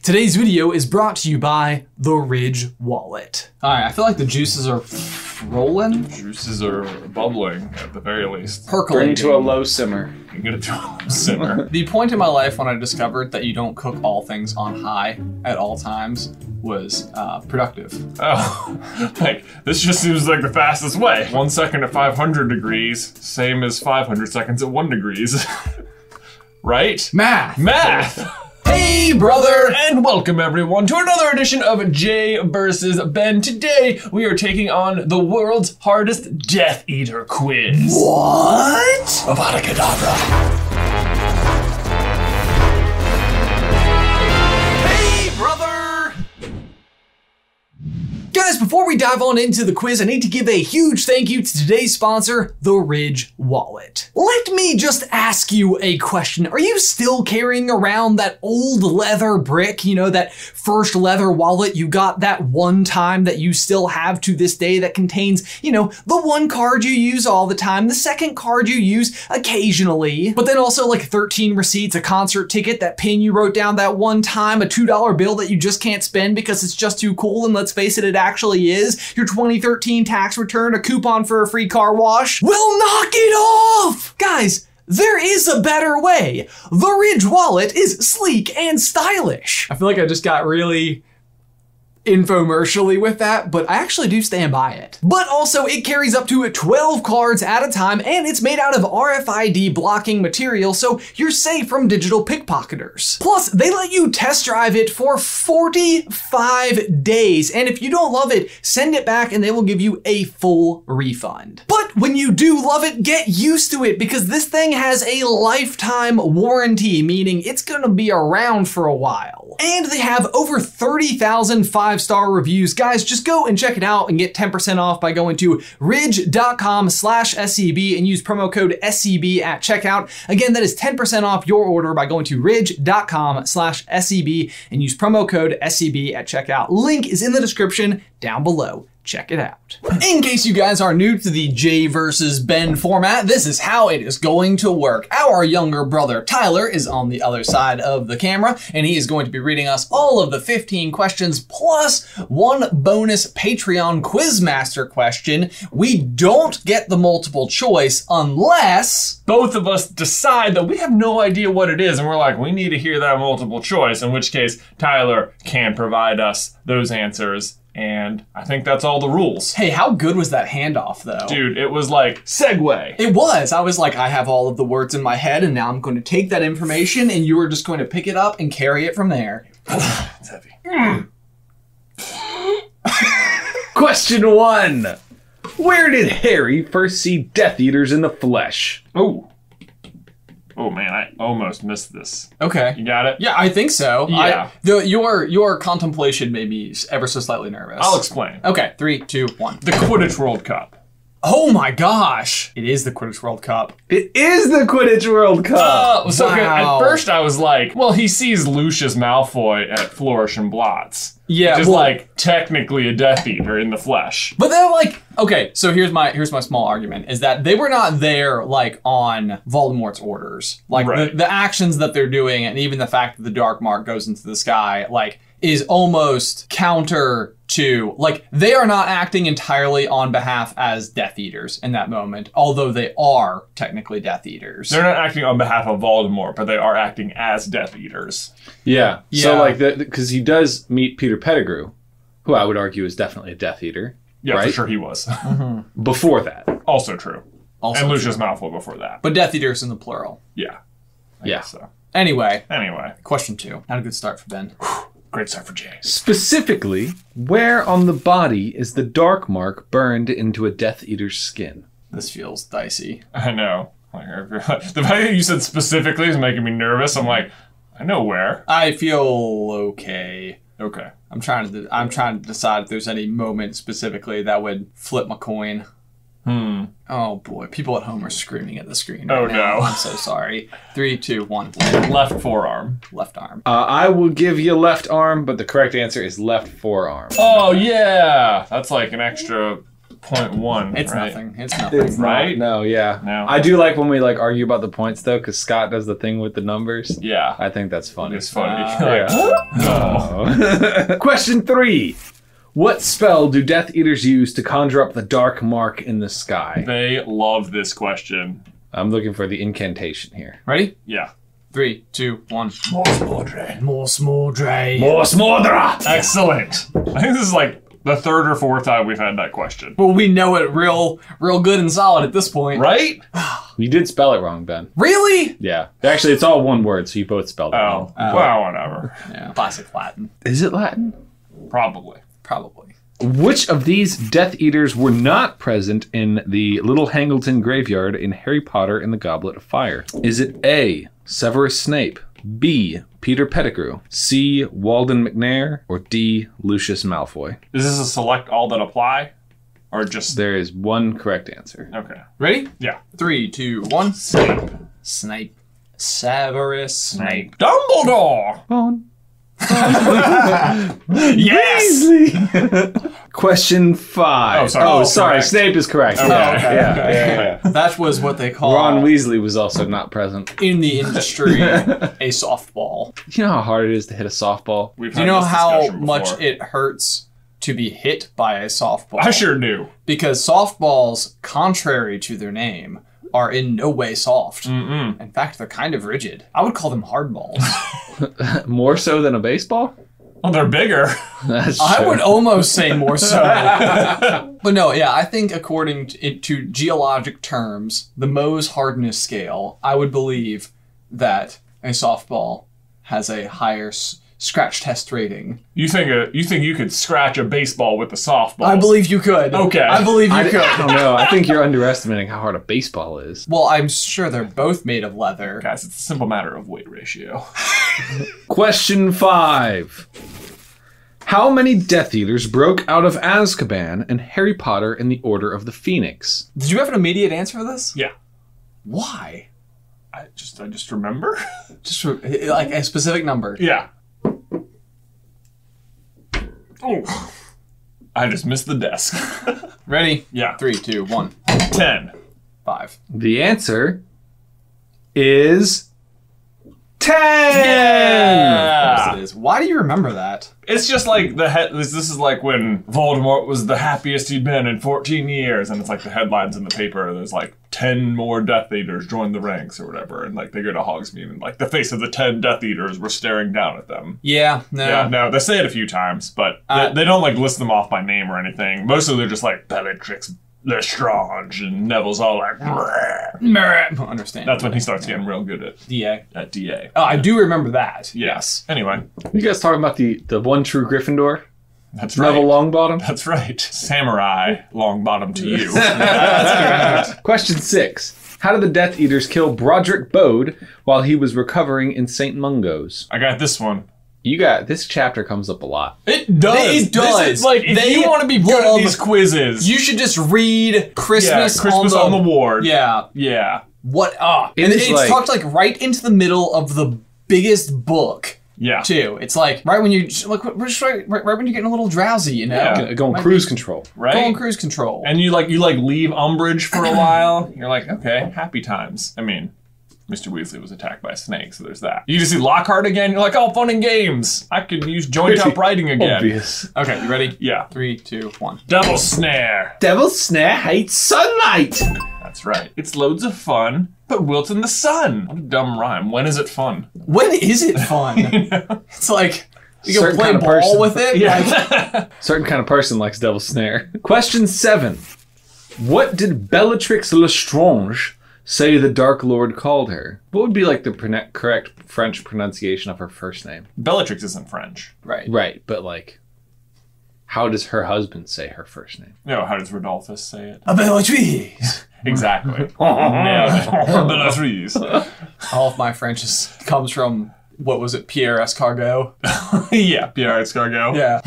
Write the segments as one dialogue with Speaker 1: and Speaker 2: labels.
Speaker 1: Today's video is brought to you by The Ridge Wallet.
Speaker 2: All right, I feel like the juices are rolling,
Speaker 3: Juices are bubbling at the very least.
Speaker 4: Bring
Speaker 2: percolating.
Speaker 4: to a low simmer.
Speaker 3: You get it to a simmer.
Speaker 2: the point in my life when I discovered that you don't cook all things on high at all times was uh, productive.
Speaker 3: Oh, like this just seems like the fastest way. One second at 500 degrees, same as 500 seconds at one degrees. right?
Speaker 2: Math.
Speaker 3: Math.
Speaker 2: Hey, brother.
Speaker 3: And welcome everyone to another edition of Jay versus Ben. Today we are taking on the world's hardest Death Eater quiz.
Speaker 2: What?
Speaker 3: Avada Kedavra.
Speaker 2: Hey, brother.
Speaker 1: Guys, before we dive on into the quiz, I need to give a huge thank you to today's sponsor, The Ridge Wallet. Let me just ask you a question. Are you still carrying around that old leather brick, you know, that first leather wallet you got that one time that you still have to this day that contains, you know, the one card you use all the time, the second card you use occasionally, but then also like 13 receipts, a concert ticket, that pin you wrote down that one time, a $2 bill that you just can't spend because it's just too cool, and let's face it, it actually is, your 2013 tax return, a coupon for a free car wash. Well, knock it off! Guys, there is a better way. The Ridge wallet is sleek and stylish. I feel like I just got really infomercially with that, but I actually do stand by it. But also, it carries up to 12 cards at a time, and it's made out of RFID blocking material, so you're safe from digital pickpocketers. Plus, they let you test drive it for 45 days, and if you don't love it, send it back and they will give you a full refund. But when you do love it, get used to it because this thing has a lifetime warranty, meaning it's gonna be around for a while. And they have over 30,000 five star reviews. Guys, just go and check it out and get 10% off by going to ridge.com slash SCB and use promo code SCB at checkout. Again, that is 10% off your order by going to ridge.com slash SCB and use promo code SCB at checkout. Link is in the description down below. Check it out.
Speaker 2: In case you guys are new to the J versus Ben format, this is how it is going to work. Our younger brother Tyler is on the other side of the camera, and he is going to be reading us all of the 15 questions plus one bonus Patreon Quizmaster question. We don't get the multiple choice unless.
Speaker 3: both of us decide that we have no idea what it is, and we're like, we need to hear that multiple choice, in which case Tyler can provide us those answers. And I think that's all the rules.
Speaker 2: Hey, how good was that handoff though?
Speaker 3: Dude, it was like Segway.
Speaker 2: It was. I was like, I have all of the words in my head, and now I'm going to take that information, and you are just going to pick it up and carry it from there.
Speaker 3: It's heavy.
Speaker 4: Question one Where did Harry first see Death Eaters in the flesh?
Speaker 3: Oh. Oh man, I almost missed this.
Speaker 2: Okay.
Speaker 3: You got it?
Speaker 2: Yeah, I think so.
Speaker 3: Yeah.
Speaker 2: I, the, your your contemplation made me s- ever so slightly nervous.
Speaker 3: I'll explain.
Speaker 2: okay, three, two, one.
Speaker 3: The Quidditch World Cup.
Speaker 2: Oh my gosh! It is the Quidditch World Cup.
Speaker 4: It is the Quidditch World Cup!
Speaker 3: Oh, so good.
Speaker 2: wow.
Speaker 3: At first, I was like, well, he sees Lucius Malfoy at Flourish and Blots.
Speaker 2: Yeah,
Speaker 3: Just
Speaker 2: well-
Speaker 3: like technically a Death Eater in the flesh.
Speaker 2: But they're like, okay. So here's my here's my small argument is that they were not there like on Voldemort's orders. Like the,
Speaker 3: Right.
Speaker 2: the actions that they're doing, and even the fact that the Dark Mark goes into the sky, like is almost counter to like they are not acting entirely on behalf as Death Eaters in that moment, although they are technically Death Eaters.
Speaker 3: They're not acting on behalf of Voldemort, but they are acting as Death Eaters.
Speaker 4: Yeah. So,
Speaker 2: Yeah.
Speaker 4: like, because he does meet Peter Pettigrew, who I would argue is definitely a Death Eater,
Speaker 3: Yeah, for
Speaker 4: Right?
Speaker 3: sure he was.
Speaker 4: before that.
Speaker 3: also true.
Speaker 2: also
Speaker 3: and Lucius Malfoy before that.
Speaker 2: But Death Eaters in the plural.
Speaker 3: Yeah.
Speaker 4: Yeah.
Speaker 3: So
Speaker 2: Anyway,
Speaker 3: anyway,
Speaker 2: question two. Not a good start for Ben.
Speaker 3: great start for Jay.
Speaker 4: Specifically, where on the body is the dark mark burned into a Death Eater's skin?
Speaker 2: This feels dicey.
Speaker 3: I know. Like, if you're- the fact that you said specifically is making me nervous. I'm like, I know where.
Speaker 2: I feel okay.
Speaker 3: Okay.
Speaker 2: I'm trying to I'm trying to decide if there's any moment specifically that would flip my coin.
Speaker 3: Hmm.
Speaker 2: Oh boy, people at home are screaming at the screen.
Speaker 3: Oh,
Speaker 2: right now.
Speaker 3: no.
Speaker 2: I'm so sorry. Three, two, one.
Speaker 3: Left forearm.
Speaker 2: Left arm.
Speaker 4: Uh, I will give you left arm, but the correct answer is left forearm.
Speaker 3: Oh yeah, that's like an extra point one.
Speaker 2: It's
Speaker 3: right?
Speaker 2: nothing. It's nothing.
Speaker 4: It's not-
Speaker 3: Right?
Speaker 4: no, yeah.
Speaker 3: No.
Speaker 4: I do like when we like argue about the points though, because Scott does the thing with the numbers.
Speaker 3: Yeah.
Speaker 4: I think that's funny.
Speaker 3: It's funny.
Speaker 2: Uh,
Speaker 3: Like, no.
Speaker 4: Oh. Question three. What spell do Death Eaters use to conjure up the dark mark in the sky?
Speaker 3: They love this question.
Speaker 4: I'm looking for the incantation here.
Speaker 2: Ready?
Speaker 3: Yeah.
Speaker 2: Three, two, one.
Speaker 1: More small dray.
Speaker 4: Mos Mordra!
Speaker 3: Excellent. I think this is like the third or fourth time we've had that question.
Speaker 2: Well, we know it real, real good and solid at this point.
Speaker 3: Right?
Speaker 4: You did spell it wrong, Ben.
Speaker 2: Really?
Speaker 4: Yeah. Actually, it's all one word, so you both spelled it
Speaker 3: Oh,
Speaker 4: wrong.
Speaker 3: well, whatever.
Speaker 2: Yeah. Classic Latin,
Speaker 4: Is it Latin?
Speaker 3: Probably.
Speaker 2: probably.
Speaker 4: Which of these Death Eaters were not present in the Little Hangleton graveyard in Harry Potter and the Goblet of Fire? Is it A. Severus Snape, B. Peter Pettigrew, C. Walden McNair, or D. Lucius Malfoy?
Speaker 3: Is this a select all that apply? Or just.
Speaker 4: There is one correct answer.
Speaker 3: Okay.
Speaker 2: Ready?
Speaker 3: Yeah.
Speaker 2: Three, two, one.
Speaker 3: Snape.
Speaker 2: Snipe. Severus Snape.
Speaker 3: Dumbledore! Yes!
Speaker 4: Question five.
Speaker 3: Oh, sorry.
Speaker 4: Oh,
Speaker 3: Oh,
Speaker 4: sorry.
Speaker 3: correct.
Speaker 4: Snape is correct. Yeah,
Speaker 3: okay,
Speaker 4: yeah,
Speaker 3: okay,
Speaker 4: yeah,
Speaker 3: okay.
Speaker 4: yeah.
Speaker 2: That was what they call
Speaker 4: Ron Weasley was also not present.
Speaker 2: in the industry a softball.
Speaker 4: You know how hard it is to hit a softball?
Speaker 3: We've
Speaker 2: Do you
Speaker 3: had
Speaker 2: know
Speaker 3: this
Speaker 2: how
Speaker 3: discussion
Speaker 2: much
Speaker 3: before.
Speaker 2: it hurts to be hit by a softball?
Speaker 3: I sure knew.
Speaker 2: Because softballs, contrary to their name, are in no way soft.
Speaker 3: Mm-mm.
Speaker 2: In fact, they're kind of rigid. I would call them hardballs.
Speaker 4: More so than a baseball?
Speaker 3: Well, they're bigger.
Speaker 4: That's
Speaker 2: I
Speaker 4: true.
Speaker 2: would almost say more so. but no, yeah, I think according to, it, to geologic terms, the Mohs hardness scale, I would believe that a softball has a higher s- scratch test rating.
Speaker 3: You think a, you think you could scratch a baseball with a softball?
Speaker 2: I believe you could.
Speaker 3: Okay.
Speaker 2: I believe you
Speaker 4: I,
Speaker 2: could.
Speaker 4: I don't know. I think you're underestimating how hard a baseball is.
Speaker 2: Well, I'm sure they're both made of leather.
Speaker 3: Guys, it's a simple matter of weight ratio.
Speaker 4: Question five. How many Death Eaters broke out of Azkaban in Harry Potter and the Order of the Phoenix?
Speaker 2: Did you have an immediate answer for this?
Speaker 3: Yeah.
Speaker 2: Why?
Speaker 3: I just I just remember.
Speaker 2: Just for, eh, like a specific number.
Speaker 3: yeah. Oh. I just missed the desk.
Speaker 2: Ready?
Speaker 3: yeah.
Speaker 2: Three, two, one,
Speaker 3: Ten.
Speaker 2: five.
Speaker 4: The answer is 10.
Speaker 2: Of course it is. Why do you remember that?
Speaker 3: It's just like the head. This, this is like when Voldemort was the happiest he'd been in 14 years, and it's like the headlines in the paper. There's like 10 more Death Eaters joined the ranks or whatever, and like they go to Hogsmeade, and like the face of the 10 Death Eaters were staring down at them.
Speaker 2: Yeah. No.
Speaker 3: Yeah, no, they say it a few times, but they,
Speaker 2: Uh,
Speaker 3: they don't like list them off by name or anything. Mostly they're just like Bellatrix Lestrange, and Neville's all like. "Bleh."
Speaker 2: Merp. Understand.
Speaker 3: That's when he starts getting real good at,
Speaker 2: DA.
Speaker 3: at DA.
Speaker 2: Oh, I do remember that.
Speaker 3: Yes. Anyway,
Speaker 4: You guys talking about the, the one true Gryffindor?
Speaker 3: that's right.
Speaker 4: Neville Longbottom?
Speaker 3: That's right. Samurai, long bottom to you.
Speaker 4: Question six. How did the Death Eaters kill Broderick Bode while he was recovering in St. Mungo's?
Speaker 3: I got this one.
Speaker 4: You got this chapter comes up a lot.
Speaker 2: It does.
Speaker 3: It does.
Speaker 2: This is like
Speaker 3: If
Speaker 2: they
Speaker 3: you
Speaker 2: want to be
Speaker 3: Good at
Speaker 2: good.
Speaker 3: these quizzes.
Speaker 2: You should just read
Speaker 3: yeah,
Speaker 2: Christmas,
Speaker 3: Christmas on the,
Speaker 2: on the
Speaker 3: ward.
Speaker 2: Yeah.
Speaker 3: Yeah.
Speaker 2: What? Ah.
Speaker 4: It
Speaker 2: and
Speaker 4: is
Speaker 2: it's
Speaker 4: like-
Speaker 2: talked like right into the middle of the biggest book.
Speaker 3: Yeah.
Speaker 2: too. It's like right when you like we're just right, right, right when you're getting a little drowsy, you know.
Speaker 3: Yeah.
Speaker 4: Go on cruise control.
Speaker 3: Right?
Speaker 2: Go on cruise control.
Speaker 3: and you like you like leave Umbridge for a while. You're like, okay, happy times. I mean, Mr. Weasley was attacked by a snake, so there's that. You just see Lockhart again. You're like, oh, fun and games. I could use joint up writing again.
Speaker 4: Obvious.
Speaker 2: okay, you ready?
Speaker 3: Yeah,
Speaker 2: Three, two, one.
Speaker 3: double snare.
Speaker 4: Devil Snare hates sunlight.
Speaker 3: That's right. It's loads of fun, but wilt in the sun. What a dumb rhyme. When is it fun?
Speaker 2: When is it fun? it's like you can
Speaker 4: Certain
Speaker 2: play
Speaker 4: kind of
Speaker 2: ball
Speaker 4: person.
Speaker 2: with it. like-
Speaker 4: Certain kind of person likes Devil Snare. Question seven. What did Bellatrix Lestrange say the Dark Lord called her? What would be like the prona- correct French pronunciation of her first name?
Speaker 3: Bellatrix isn't French.
Speaker 2: right.
Speaker 4: Right, but like, how does her husband say her first name?
Speaker 3: No, how does Rodolphus say it?
Speaker 2: A bell of trees.
Speaker 3: Exactly. Nailed it. Bellatrix.
Speaker 2: All of my French is, comes from what was it, Pierre Escargot?
Speaker 3: yeah, Pierre Escargot.
Speaker 2: Yeah.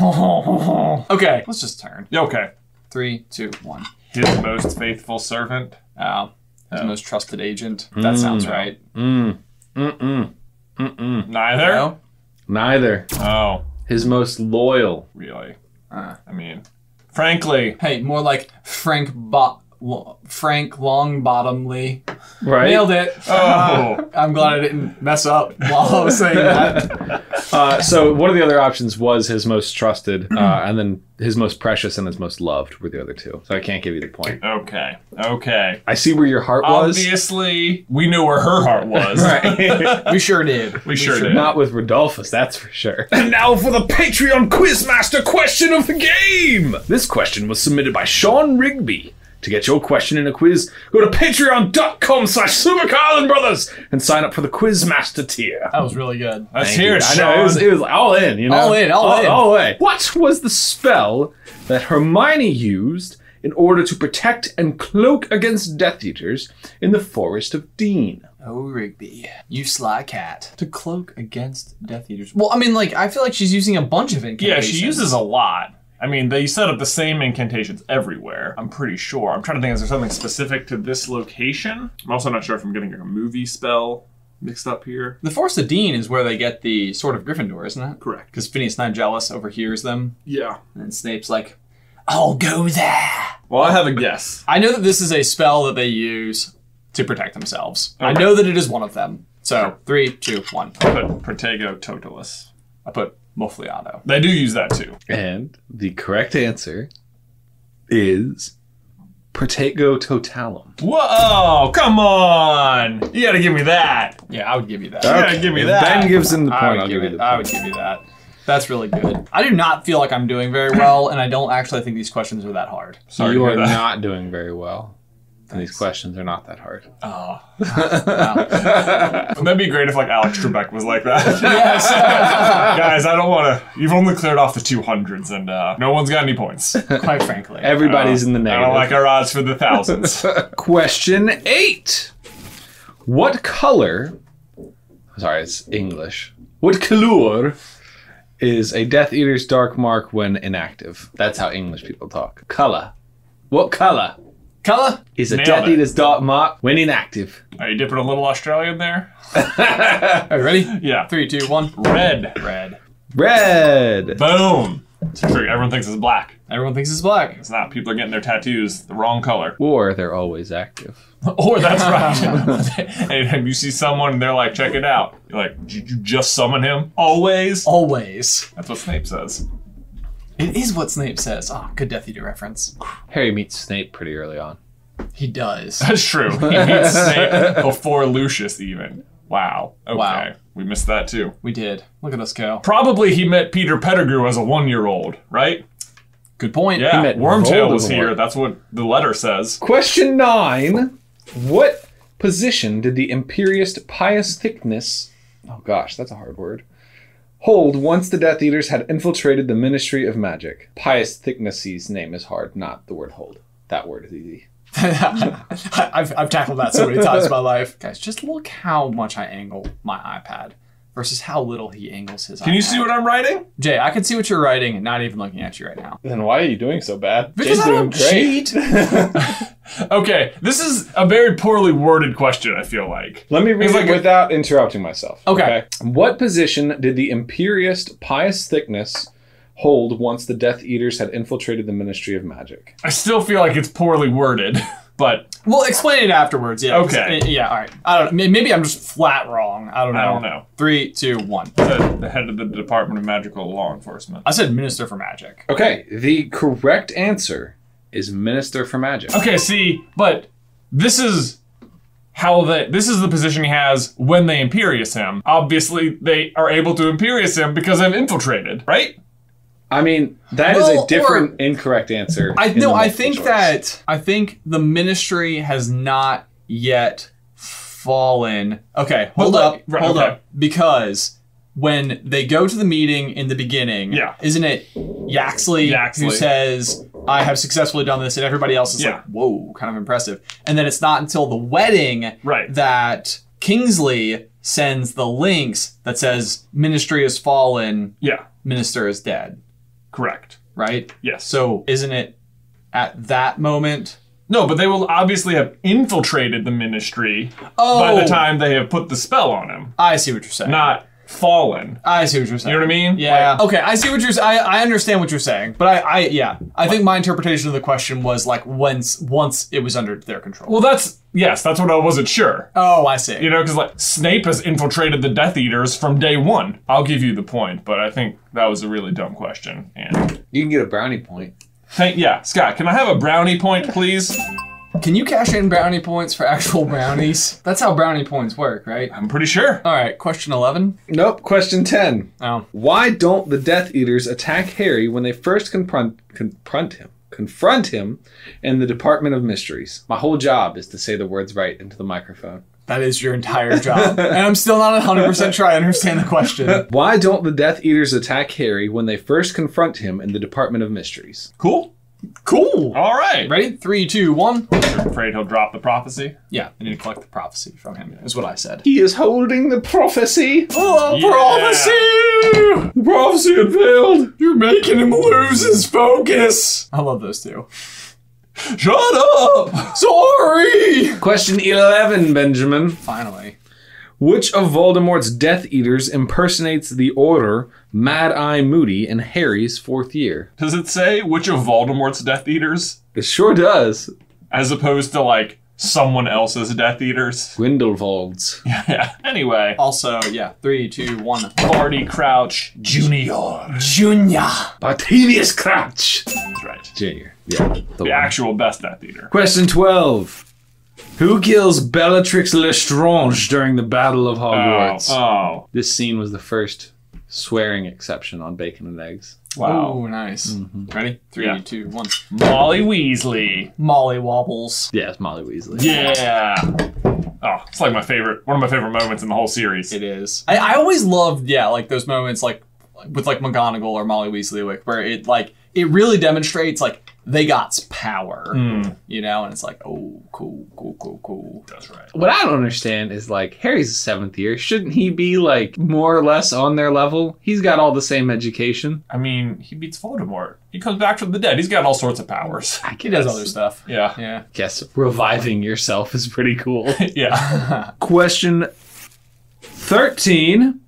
Speaker 2: okay, let's just turn.
Speaker 3: Yeah, Okay.
Speaker 2: Three, two, one.
Speaker 3: His most faithful servant.
Speaker 2: Oh, his most trusted agent. That
Speaker 3: Hmm.
Speaker 2: sounds right.
Speaker 4: Mm.
Speaker 3: Neither.
Speaker 2: No?
Speaker 4: Neither.
Speaker 3: Oh.
Speaker 4: His most loyal.
Speaker 3: Really?
Speaker 2: Uh.
Speaker 3: I mean, Frankly,
Speaker 2: Hey, more like Frank Bo- Lo- Frank Longbottomly.
Speaker 4: Right.
Speaker 2: Nailed it.
Speaker 4: Uh.
Speaker 3: Oh.
Speaker 2: I'm glad I didn't mess up while I was saying that.
Speaker 4: Uh, so one of the other options was his most trusted, uh, and then his most precious and his most loved were the other two. So I can't give you the point.
Speaker 3: oh, okay, okay.
Speaker 4: I see where your heart was.
Speaker 3: Obviously, we knew where her heart was.
Speaker 4: Right.
Speaker 2: We sure did.
Speaker 3: We, sure did.
Speaker 4: Not with Rodolphus, that's for sure.
Speaker 5: And now for the Patreon Quizmaster question of the game!
Speaker 4: This question was submitted by
Speaker 5: Sean Rigby.
Speaker 4: To get your question in a quiz,
Speaker 5: Go to patreon.com slash Super Carlin Brothers and sign up for the Quizmaster tier.
Speaker 2: That was really good.
Speaker 3: Let's hear it,
Speaker 4: I
Speaker 3: Sean.
Speaker 4: know it was, it was all in, you know,
Speaker 2: All in, all in.
Speaker 4: all in.
Speaker 5: What was the spell that Hermione used in order to protect and cloak against Death Eaters in the Forest of Dean?
Speaker 2: Oh, Rigby, you sly cat. To cloak against Death Eaters. Well, I mean, like, I feel like she's using a bunch of
Speaker 3: yeah,
Speaker 2: incantations.
Speaker 3: she uses a lot. I mean, they set up the same incantations everywhere. I'm pretty sure. I'm trying to think. Is there something specific to this location? I'm also not sure if I'm getting a movie spell mixed up here.
Speaker 2: The Force of Dean is where they get the Sword of Gryffindor, isn't it?
Speaker 3: Correct.
Speaker 2: Because Phineas Nigellus overhears them,
Speaker 3: Yeah.
Speaker 2: and Snape's like, I'll go there.
Speaker 3: Well, I have a guess.
Speaker 2: I know that this is a spell that they use to protect themselves. I
Speaker 3: Okay.
Speaker 2: know that it is one of them. So, three, two, one.
Speaker 3: But Protego Totalis.
Speaker 2: I put Muffliato.
Speaker 3: They do use that too.
Speaker 4: and the correct answer is Protego Totalum.
Speaker 3: Whoa! Come on! You gotta give me that.
Speaker 2: Yeah, I would give you that.
Speaker 3: Yeah, give me
Speaker 4: If
Speaker 3: that.
Speaker 4: Ben gives him the point.
Speaker 2: I would,
Speaker 4: I'll
Speaker 2: give
Speaker 4: give you
Speaker 2: it,
Speaker 4: the
Speaker 2: I
Speaker 4: point.
Speaker 2: would give you that. That's really good. I do not feel like I'm doing very well, and I don't actually think these questions are that hard.
Speaker 3: Sorry
Speaker 4: you
Speaker 3: to
Speaker 4: are
Speaker 3: hear that.
Speaker 4: not doing very well. And these questions are not that hard.
Speaker 3: Wouldn't that be great if like Alex Trebek was like that? Guys, I don't want to. You've only cleared off the 200s and uh, no one's got any points. I
Speaker 2: Quite frankly.
Speaker 4: Everybody's in the
Speaker 3: don't
Speaker 4: negative.
Speaker 3: like our odds for the thousands.
Speaker 4: Question eight. What color? Sorry, it's English. What color is a Death Eater's dark mark when inactive? That's how English people talk. Color. What color
Speaker 2: Color?
Speaker 4: is a
Speaker 3: Nailed
Speaker 4: Death
Speaker 3: it.
Speaker 4: Eater's dark mark when inactive?
Speaker 3: Are you dipping a little Australian there?
Speaker 2: Are you ready?
Speaker 3: Yeah.
Speaker 2: Three, two, one.
Speaker 3: Red.
Speaker 2: Red.
Speaker 4: Red.
Speaker 3: Boom. It's true. Everyone thinks it's black.
Speaker 2: Everyone thinks it's black.
Speaker 3: It's not. People are getting their tattoos the wrong color.
Speaker 4: Or they're always active.
Speaker 2: Oh,
Speaker 3: Or that's right. and you see someone and they're like, check it out. You're like, did you just summon him? Always.
Speaker 2: Always.
Speaker 3: That's what Snape says.
Speaker 2: It is what Snape says. Oh, good Death Eater reference.
Speaker 4: Harry meets Snape pretty early on.
Speaker 2: He does.
Speaker 3: That's true. He meets Snape before Lucius, even. Wow. Okay.
Speaker 2: Wow.
Speaker 3: We missed that too.
Speaker 2: We did. Look at us go.
Speaker 3: Probably he met Peter Pettigrew as a one year old, right?
Speaker 2: Good point.
Speaker 3: Yeah.
Speaker 4: met
Speaker 3: Wormtail was
Speaker 4: Voldemort.
Speaker 3: here. That's what the letter says.
Speaker 4: Question nine. What position did the Imperious Pious Thickness, oh gosh, that's a hard word, hold once the Death Eaters had infiltrated the Ministry of Magic? Pious Thickness's name is hard, not the word hold. That word is easy.
Speaker 2: I've, I've tackled that so many times in my life. Guys, just look how much I angle my iPad versus how little he angles his iPad.
Speaker 3: Can you see what I'm writing?
Speaker 2: Jay, I can see what you're writing and not even looking at you right now.
Speaker 4: Then why are you doing so bad?
Speaker 2: Because I don't cheat.
Speaker 3: Okay. This is a very poorly worded question, I feel like.
Speaker 4: Let me read
Speaker 3: It's
Speaker 4: it
Speaker 3: like a-
Speaker 4: without interrupting myself.
Speaker 2: Okay.
Speaker 4: What position did the Imperious Pious Thickness hold once the Death Eaters had infiltrated the Ministry of Magic?
Speaker 3: I still feel like it's poorly worded, but
Speaker 2: We'll explain it afterwards. Yeah. 'cause-
Speaker 3: Okay.
Speaker 2: uh, Yeah. All right. I don't. may- Maybe I'm just flat wrong. I don't know.
Speaker 3: I don't know.
Speaker 2: Three, two, one.
Speaker 3: the, the head of the Department of Magical Law Enforcement.
Speaker 2: I said Minister for Magic.
Speaker 4: Okay, the correct answer is Minister for Magic.
Speaker 3: Okay, see, but this is how they this is the position he has when they imperious him. Obviously, they are able to imperious him because they've infiltrated, right?
Speaker 4: I mean, that is
Speaker 2: Well,
Speaker 4: a different incorrect answer.
Speaker 2: I
Speaker 4: in
Speaker 2: no.
Speaker 4: the
Speaker 2: I
Speaker 4: multiple
Speaker 2: think
Speaker 4: choice.
Speaker 2: that I think the Ministry has not yet fallen. Okay. Hold
Speaker 3: Well,
Speaker 2: up.
Speaker 3: like- right,
Speaker 2: hold
Speaker 3: okay.
Speaker 2: up. Because when they go to the meeting in the beginning,
Speaker 3: Yeah.
Speaker 2: isn't it Yaxley, who
Speaker 3: Yaxley.
Speaker 2: says, "I have successfully done this," and everybody else is
Speaker 3: Yeah.
Speaker 2: like, "Whoa, kind of impressive." And then it's not until the wedding
Speaker 3: Right.
Speaker 2: that Kingsley sends the links that says ministry is fallen,
Speaker 3: Yeah,
Speaker 2: minister is dead,
Speaker 3: correct.
Speaker 2: right?
Speaker 3: Yes.
Speaker 2: So isn't it at that moment?
Speaker 3: No, but they will obviously have infiltrated the ministry
Speaker 2: Oh,
Speaker 3: by the time they have put the spell on him.
Speaker 2: I see what you're saying.
Speaker 3: Not fallen.
Speaker 2: I see what you're saying.
Speaker 3: You know what I mean?
Speaker 2: Yeah.
Speaker 3: Like,
Speaker 2: okay, I see what you're. s- I I understand what you're saying, but I I yeah. I think my interpretation of the question was like once once it was under their control.
Speaker 3: well, that's yes. That's what I wasn't sure.
Speaker 2: oh, I see.
Speaker 3: You know, because like Snape has infiltrated the Death Eaters from day one. I'll give you the point, but I think that was a really dumb question. And
Speaker 4: You can get a brownie point.
Speaker 3: thank yeah, Scott, can I have a brownie point, please?
Speaker 2: Can you cash in brownie points for actual brownies? That's how brownie points work, right?
Speaker 3: I'm pretty sure.
Speaker 2: All right, question eleven.
Speaker 4: Nope. Question 10.
Speaker 2: Oh,
Speaker 4: Why don't the Death Eaters attack Harry when they first confront confront him? Confront him in the Department of Mysteries. My whole job is to say the words right into the microphone.
Speaker 2: that is your entire job, and I'm still not 100 percent sure I understand the question.
Speaker 4: Why don't the Death Eaters attack Harry when they first confront him in the Department of Mysteries?
Speaker 3: Cool.
Speaker 2: Cool.
Speaker 3: All right.
Speaker 2: Ready? Three, two, one.
Speaker 3: I'm afraid he'll drop the prophecy.
Speaker 2: Yeah, I need to collect the prophecy from him. Is what I said.
Speaker 4: He is holding the prophecy.
Speaker 2: Oh, prophecy!
Speaker 4: The prophecy unveiled.
Speaker 2: You're making him lose his focus. I love those two.
Speaker 3: Shut up.
Speaker 2: Sorry.
Speaker 4: Question 11, Benjamin.
Speaker 2: Finally.
Speaker 4: Which of Voldemort's Death Eaters impersonates the Order, Mad Eye Moody, in Harry's fourth year?
Speaker 3: Does it say which of Voldemort's Death Eaters,
Speaker 4: It sure does.
Speaker 3: as opposed to like someone else's Death Eaters?
Speaker 4: Grindelwald's.
Speaker 3: yeah. Anyway,
Speaker 2: Also, yeah. Three, two, one.
Speaker 3: Barty Crouch Junior.
Speaker 2: Junior.
Speaker 4: Bartinius Crouch.
Speaker 3: That's right.
Speaker 4: Junior. Yeah. the
Speaker 3: The
Speaker 4: one.
Speaker 3: actual best Death Eater.
Speaker 4: Question 12. Who kills Bellatrix Lestrange during the Battle of
Speaker 3: Oh,
Speaker 4: Hogwarts?
Speaker 3: oh,
Speaker 4: This scene was the first swearing exception on bacon and eggs.
Speaker 3: wow.
Speaker 2: Oh, nice.
Speaker 3: Ready?
Speaker 2: Three,
Speaker 3: Yeah.
Speaker 2: two, one.
Speaker 3: Molly Weasley.
Speaker 2: Molly wobbles.
Speaker 4: Yeah, it's Molly Weasley.
Speaker 3: Yeah. Oh, it's like my favorite, one of my favorite moments in the whole series.
Speaker 2: It is. I, I always loved, yeah, like those moments, like with like McGonagall or Molly Weasley, like where it like it really demonstrates like they got power,
Speaker 3: Hmm,
Speaker 2: you know, and it's like, oh, cool, cool, cool, cool.
Speaker 3: That's right.
Speaker 4: What I don't understand is like Harry's a seventh year. Shouldn't he be like more or less on their level? He's got all the same education.
Speaker 3: I mean, he beats Voldemort. He comes back from the dead. He's got all sorts of powers.
Speaker 4: I
Speaker 2: He does other stuff.
Speaker 3: Yeah.
Speaker 2: Yeah.
Speaker 4: guess reviving yourself is pretty cool.
Speaker 3: Yeah.
Speaker 4: Question 13.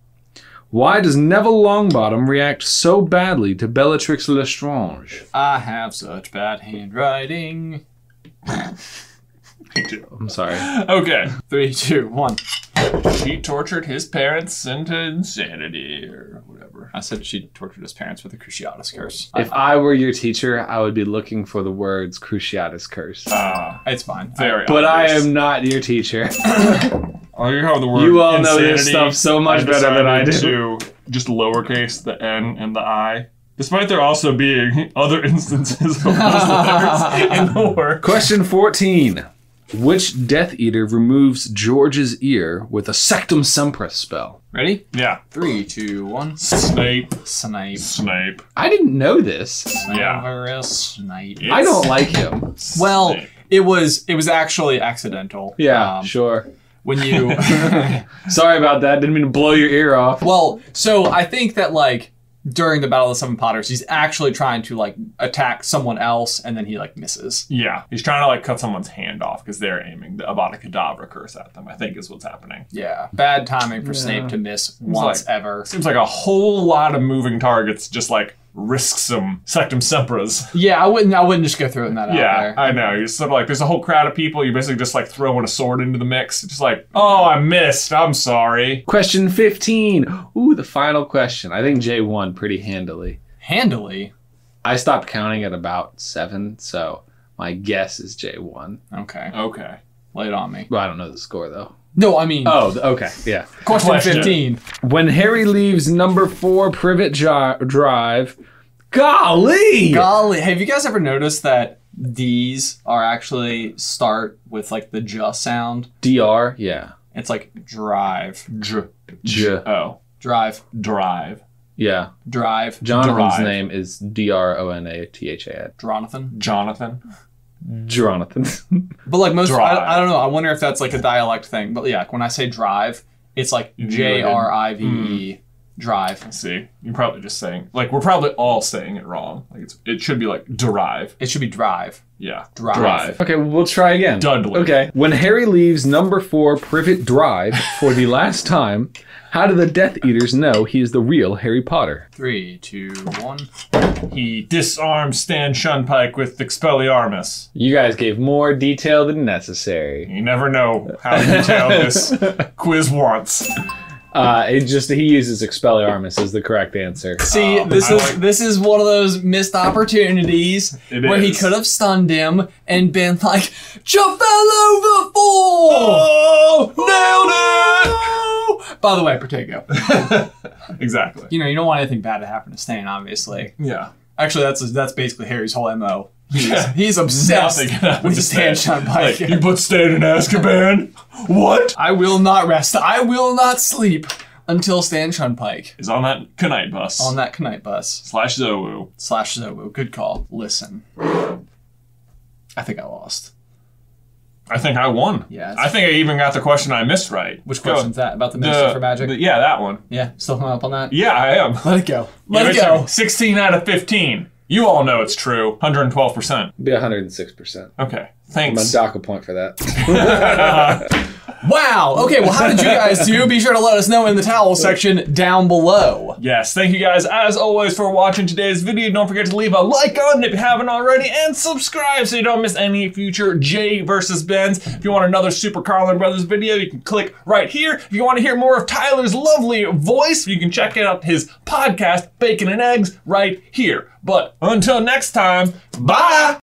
Speaker 4: Why does Neville Longbottom react so badly to Bellatrix Lestrange?
Speaker 2: I have such bad handwriting.
Speaker 4: I'm sorry.
Speaker 3: okay.
Speaker 2: Three, two, one.
Speaker 3: She tortured his parents into insanity or whatever.
Speaker 2: I said she tortured his parents with a Cruciatus curse.
Speaker 4: If I were your teacher, I would be looking for the words Cruciatus Curse.
Speaker 3: Ah,
Speaker 2: it's fine.
Speaker 3: very
Speaker 4: But I
Speaker 3: obvious.
Speaker 4: am not your teacher.
Speaker 3: Oh, you have the word.
Speaker 4: You all know this stuff so much
Speaker 3: I
Speaker 4: better than I
Speaker 3: decided
Speaker 4: do.
Speaker 3: To just lowercase the n and the i, despite there also being other instances of those letters in the work.
Speaker 4: Question 14. Which Death Eater removes George's ear with a Sectum Sempra spell?
Speaker 2: Ready?
Speaker 3: Yeah,
Speaker 2: Three, two, one.
Speaker 3: Snape,
Speaker 2: Snipe.
Speaker 3: Snape.
Speaker 4: I didn't know this.
Speaker 3: Yeah.
Speaker 2: Severus Snipe.
Speaker 4: I don't like him.
Speaker 2: Well,
Speaker 3: Snape.
Speaker 2: it was it was actually accidental.
Speaker 4: Yeah,
Speaker 2: Um,
Speaker 4: sure.
Speaker 2: when you
Speaker 4: Sorry about that. Didn't mean to blow your ear off.
Speaker 2: well, so I think that like during the Battle of the Seven Potters, he's actually trying to like attack someone else, and then he like misses.
Speaker 3: Yeah, he's trying to like cut someone's hand off because they're aiming the Avada Kedavra curse at them. I think is what's happening.
Speaker 2: Yeah, bad timing for Snape to miss once
Speaker 3: like-
Speaker 2: ever.
Speaker 3: Seems like a whole lot of moving targets just like risk some Sectum Sempras.
Speaker 2: Yeah, I wouldn't. I wouldn't just go throwing that out
Speaker 3: Yeah,
Speaker 2: there.
Speaker 3: I know. You're sort of like there's a whole crowd of people. You're basically just like throwing a sword into the mix. It's just like, oh, I missed. I'm sorry.
Speaker 4: Question 15. Ooh, the final question. I think Jay won pretty handily.
Speaker 2: Handily.
Speaker 4: I stopped counting at about seven, so my guess is Jay won.
Speaker 2: Okay,
Speaker 3: Okay.
Speaker 2: lay it on me.
Speaker 4: Well, I don't know the score though.
Speaker 2: No, I mean
Speaker 4: Oh, th- okay. Yeah.
Speaker 2: question,
Speaker 3: question.
Speaker 2: fifteen.
Speaker 4: When Harry leaves number four Privet Jar- Drive, golly!
Speaker 2: Golly, have you guys ever noticed that D's are actually start with like the j sound?
Speaker 4: DR, yeah.
Speaker 2: It's like drive,
Speaker 3: Dr-
Speaker 4: J.
Speaker 3: oh,
Speaker 2: drive,
Speaker 3: drive.
Speaker 4: Yeah.
Speaker 2: drive.
Speaker 4: Jonathan's
Speaker 3: Drive.
Speaker 4: name is D R O N A T H A N.
Speaker 2: Jonathan.
Speaker 3: Jonathan.
Speaker 4: Jonathan.
Speaker 2: But like most,
Speaker 3: Drive.
Speaker 2: I, I don't know. I wonder if that's like a dialect thing. But yeah, like, when I say drive, it's like
Speaker 3: You do
Speaker 2: J R I V E drive.
Speaker 3: See, you're probably just saying like we're probably all saying it wrong. Like it's it should be like derive.
Speaker 2: It should be drive.
Speaker 3: Yeah,
Speaker 2: Drive.
Speaker 4: Okay, we'll try again.
Speaker 3: Dudley.
Speaker 4: Okay. When Harry leaves number four Privet Drive for the last time, how do the Death Eaters know he is the real Harry Potter?
Speaker 2: Three, two, one.
Speaker 3: He disarms Stan Shunpike with Expelliarmus.
Speaker 4: You guys gave more detail than necessary.
Speaker 3: You never know how detailed this quiz wants.
Speaker 4: Uh, it just he uses Expelliarmus is the correct answer.
Speaker 2: See,
Speaker 3: Um,
Speaker 2: this
Speaker 3: I
Speaker 2: is
Speaker 3: like-
Speaker 2: this is one of those missed opportunities
Speaker 3: It
Speaker 2: where he
Speaker 3: is.
Speaker 2: could have stunned him and been like, Javello the Fool! Oh, nailed it! By the way, Protego.
Speaker 3: Exactly.
Speaker 2: You know, you don't want anything bad to happen to Stan, obviously.
Speaker 3: Yeah.
Speaker 2: Actually, that's that's basically Harry's whole MO. He's, he's obsessed
Speaker 3: Nothing can happen
Speaker 2: with
Speaker 3: to
Speaker 2: Stan
Speaker 3: Stan.
Speaker 2: Shunpike.
Speaker 3: You put Stan in Azkaban? What?
Speaker 2: I will not rest. I will not sleep until Stan Shunpike
Speaker 3: Is on that Knight bus.
Speaker 2: on that Knight bus.
Speaker 3: Slash Zowu.
Speaker 2: slash Zobu. Good call. Listen. I think I lost.
Speaker 3: I think I won.
Speaker 2: Yeah, it's-
Speaker 3: I think I even got the question I missed right.
Speaker 2: Which
Speaker 3: Go.
Speaker 2: question's that? About the
Speaker 3: The-
Speaker 2: Minister for Magic?
Speaker 3: the- yeah, that one.
Speaker 2: yeah, still hung up on that?
Speaker 3: Yeah, I am.
Speaker 2: Let it go. Let it
Speaker 3: Give to me.
Speaker 2: go.
Speaker 3: 16 out of 15. You all know it's true. 112%.
Speaker 4: Be 106%.
Speaker 3: Okay.
Speaker 4: I'm
Speaker 3: Thanks.
Speaker 4: gonna dock a point for that.
Speaker 2: Wow. Okay, well, how did you guys do? Be sure to let us know in the towel section down below.
Speaker 3: Yes, thank you guys as always for watching today's video. Don't forget to leave a like on it if you haven't already and subscribe so you don't miss any future Jay versus Ben's. If you want another Super Carlin Brothers video, you can click right here. If you want to hear more of Tyler's lovely voice, you can check out his podcast, Bacon and Eggs, right here. But until next time, bye!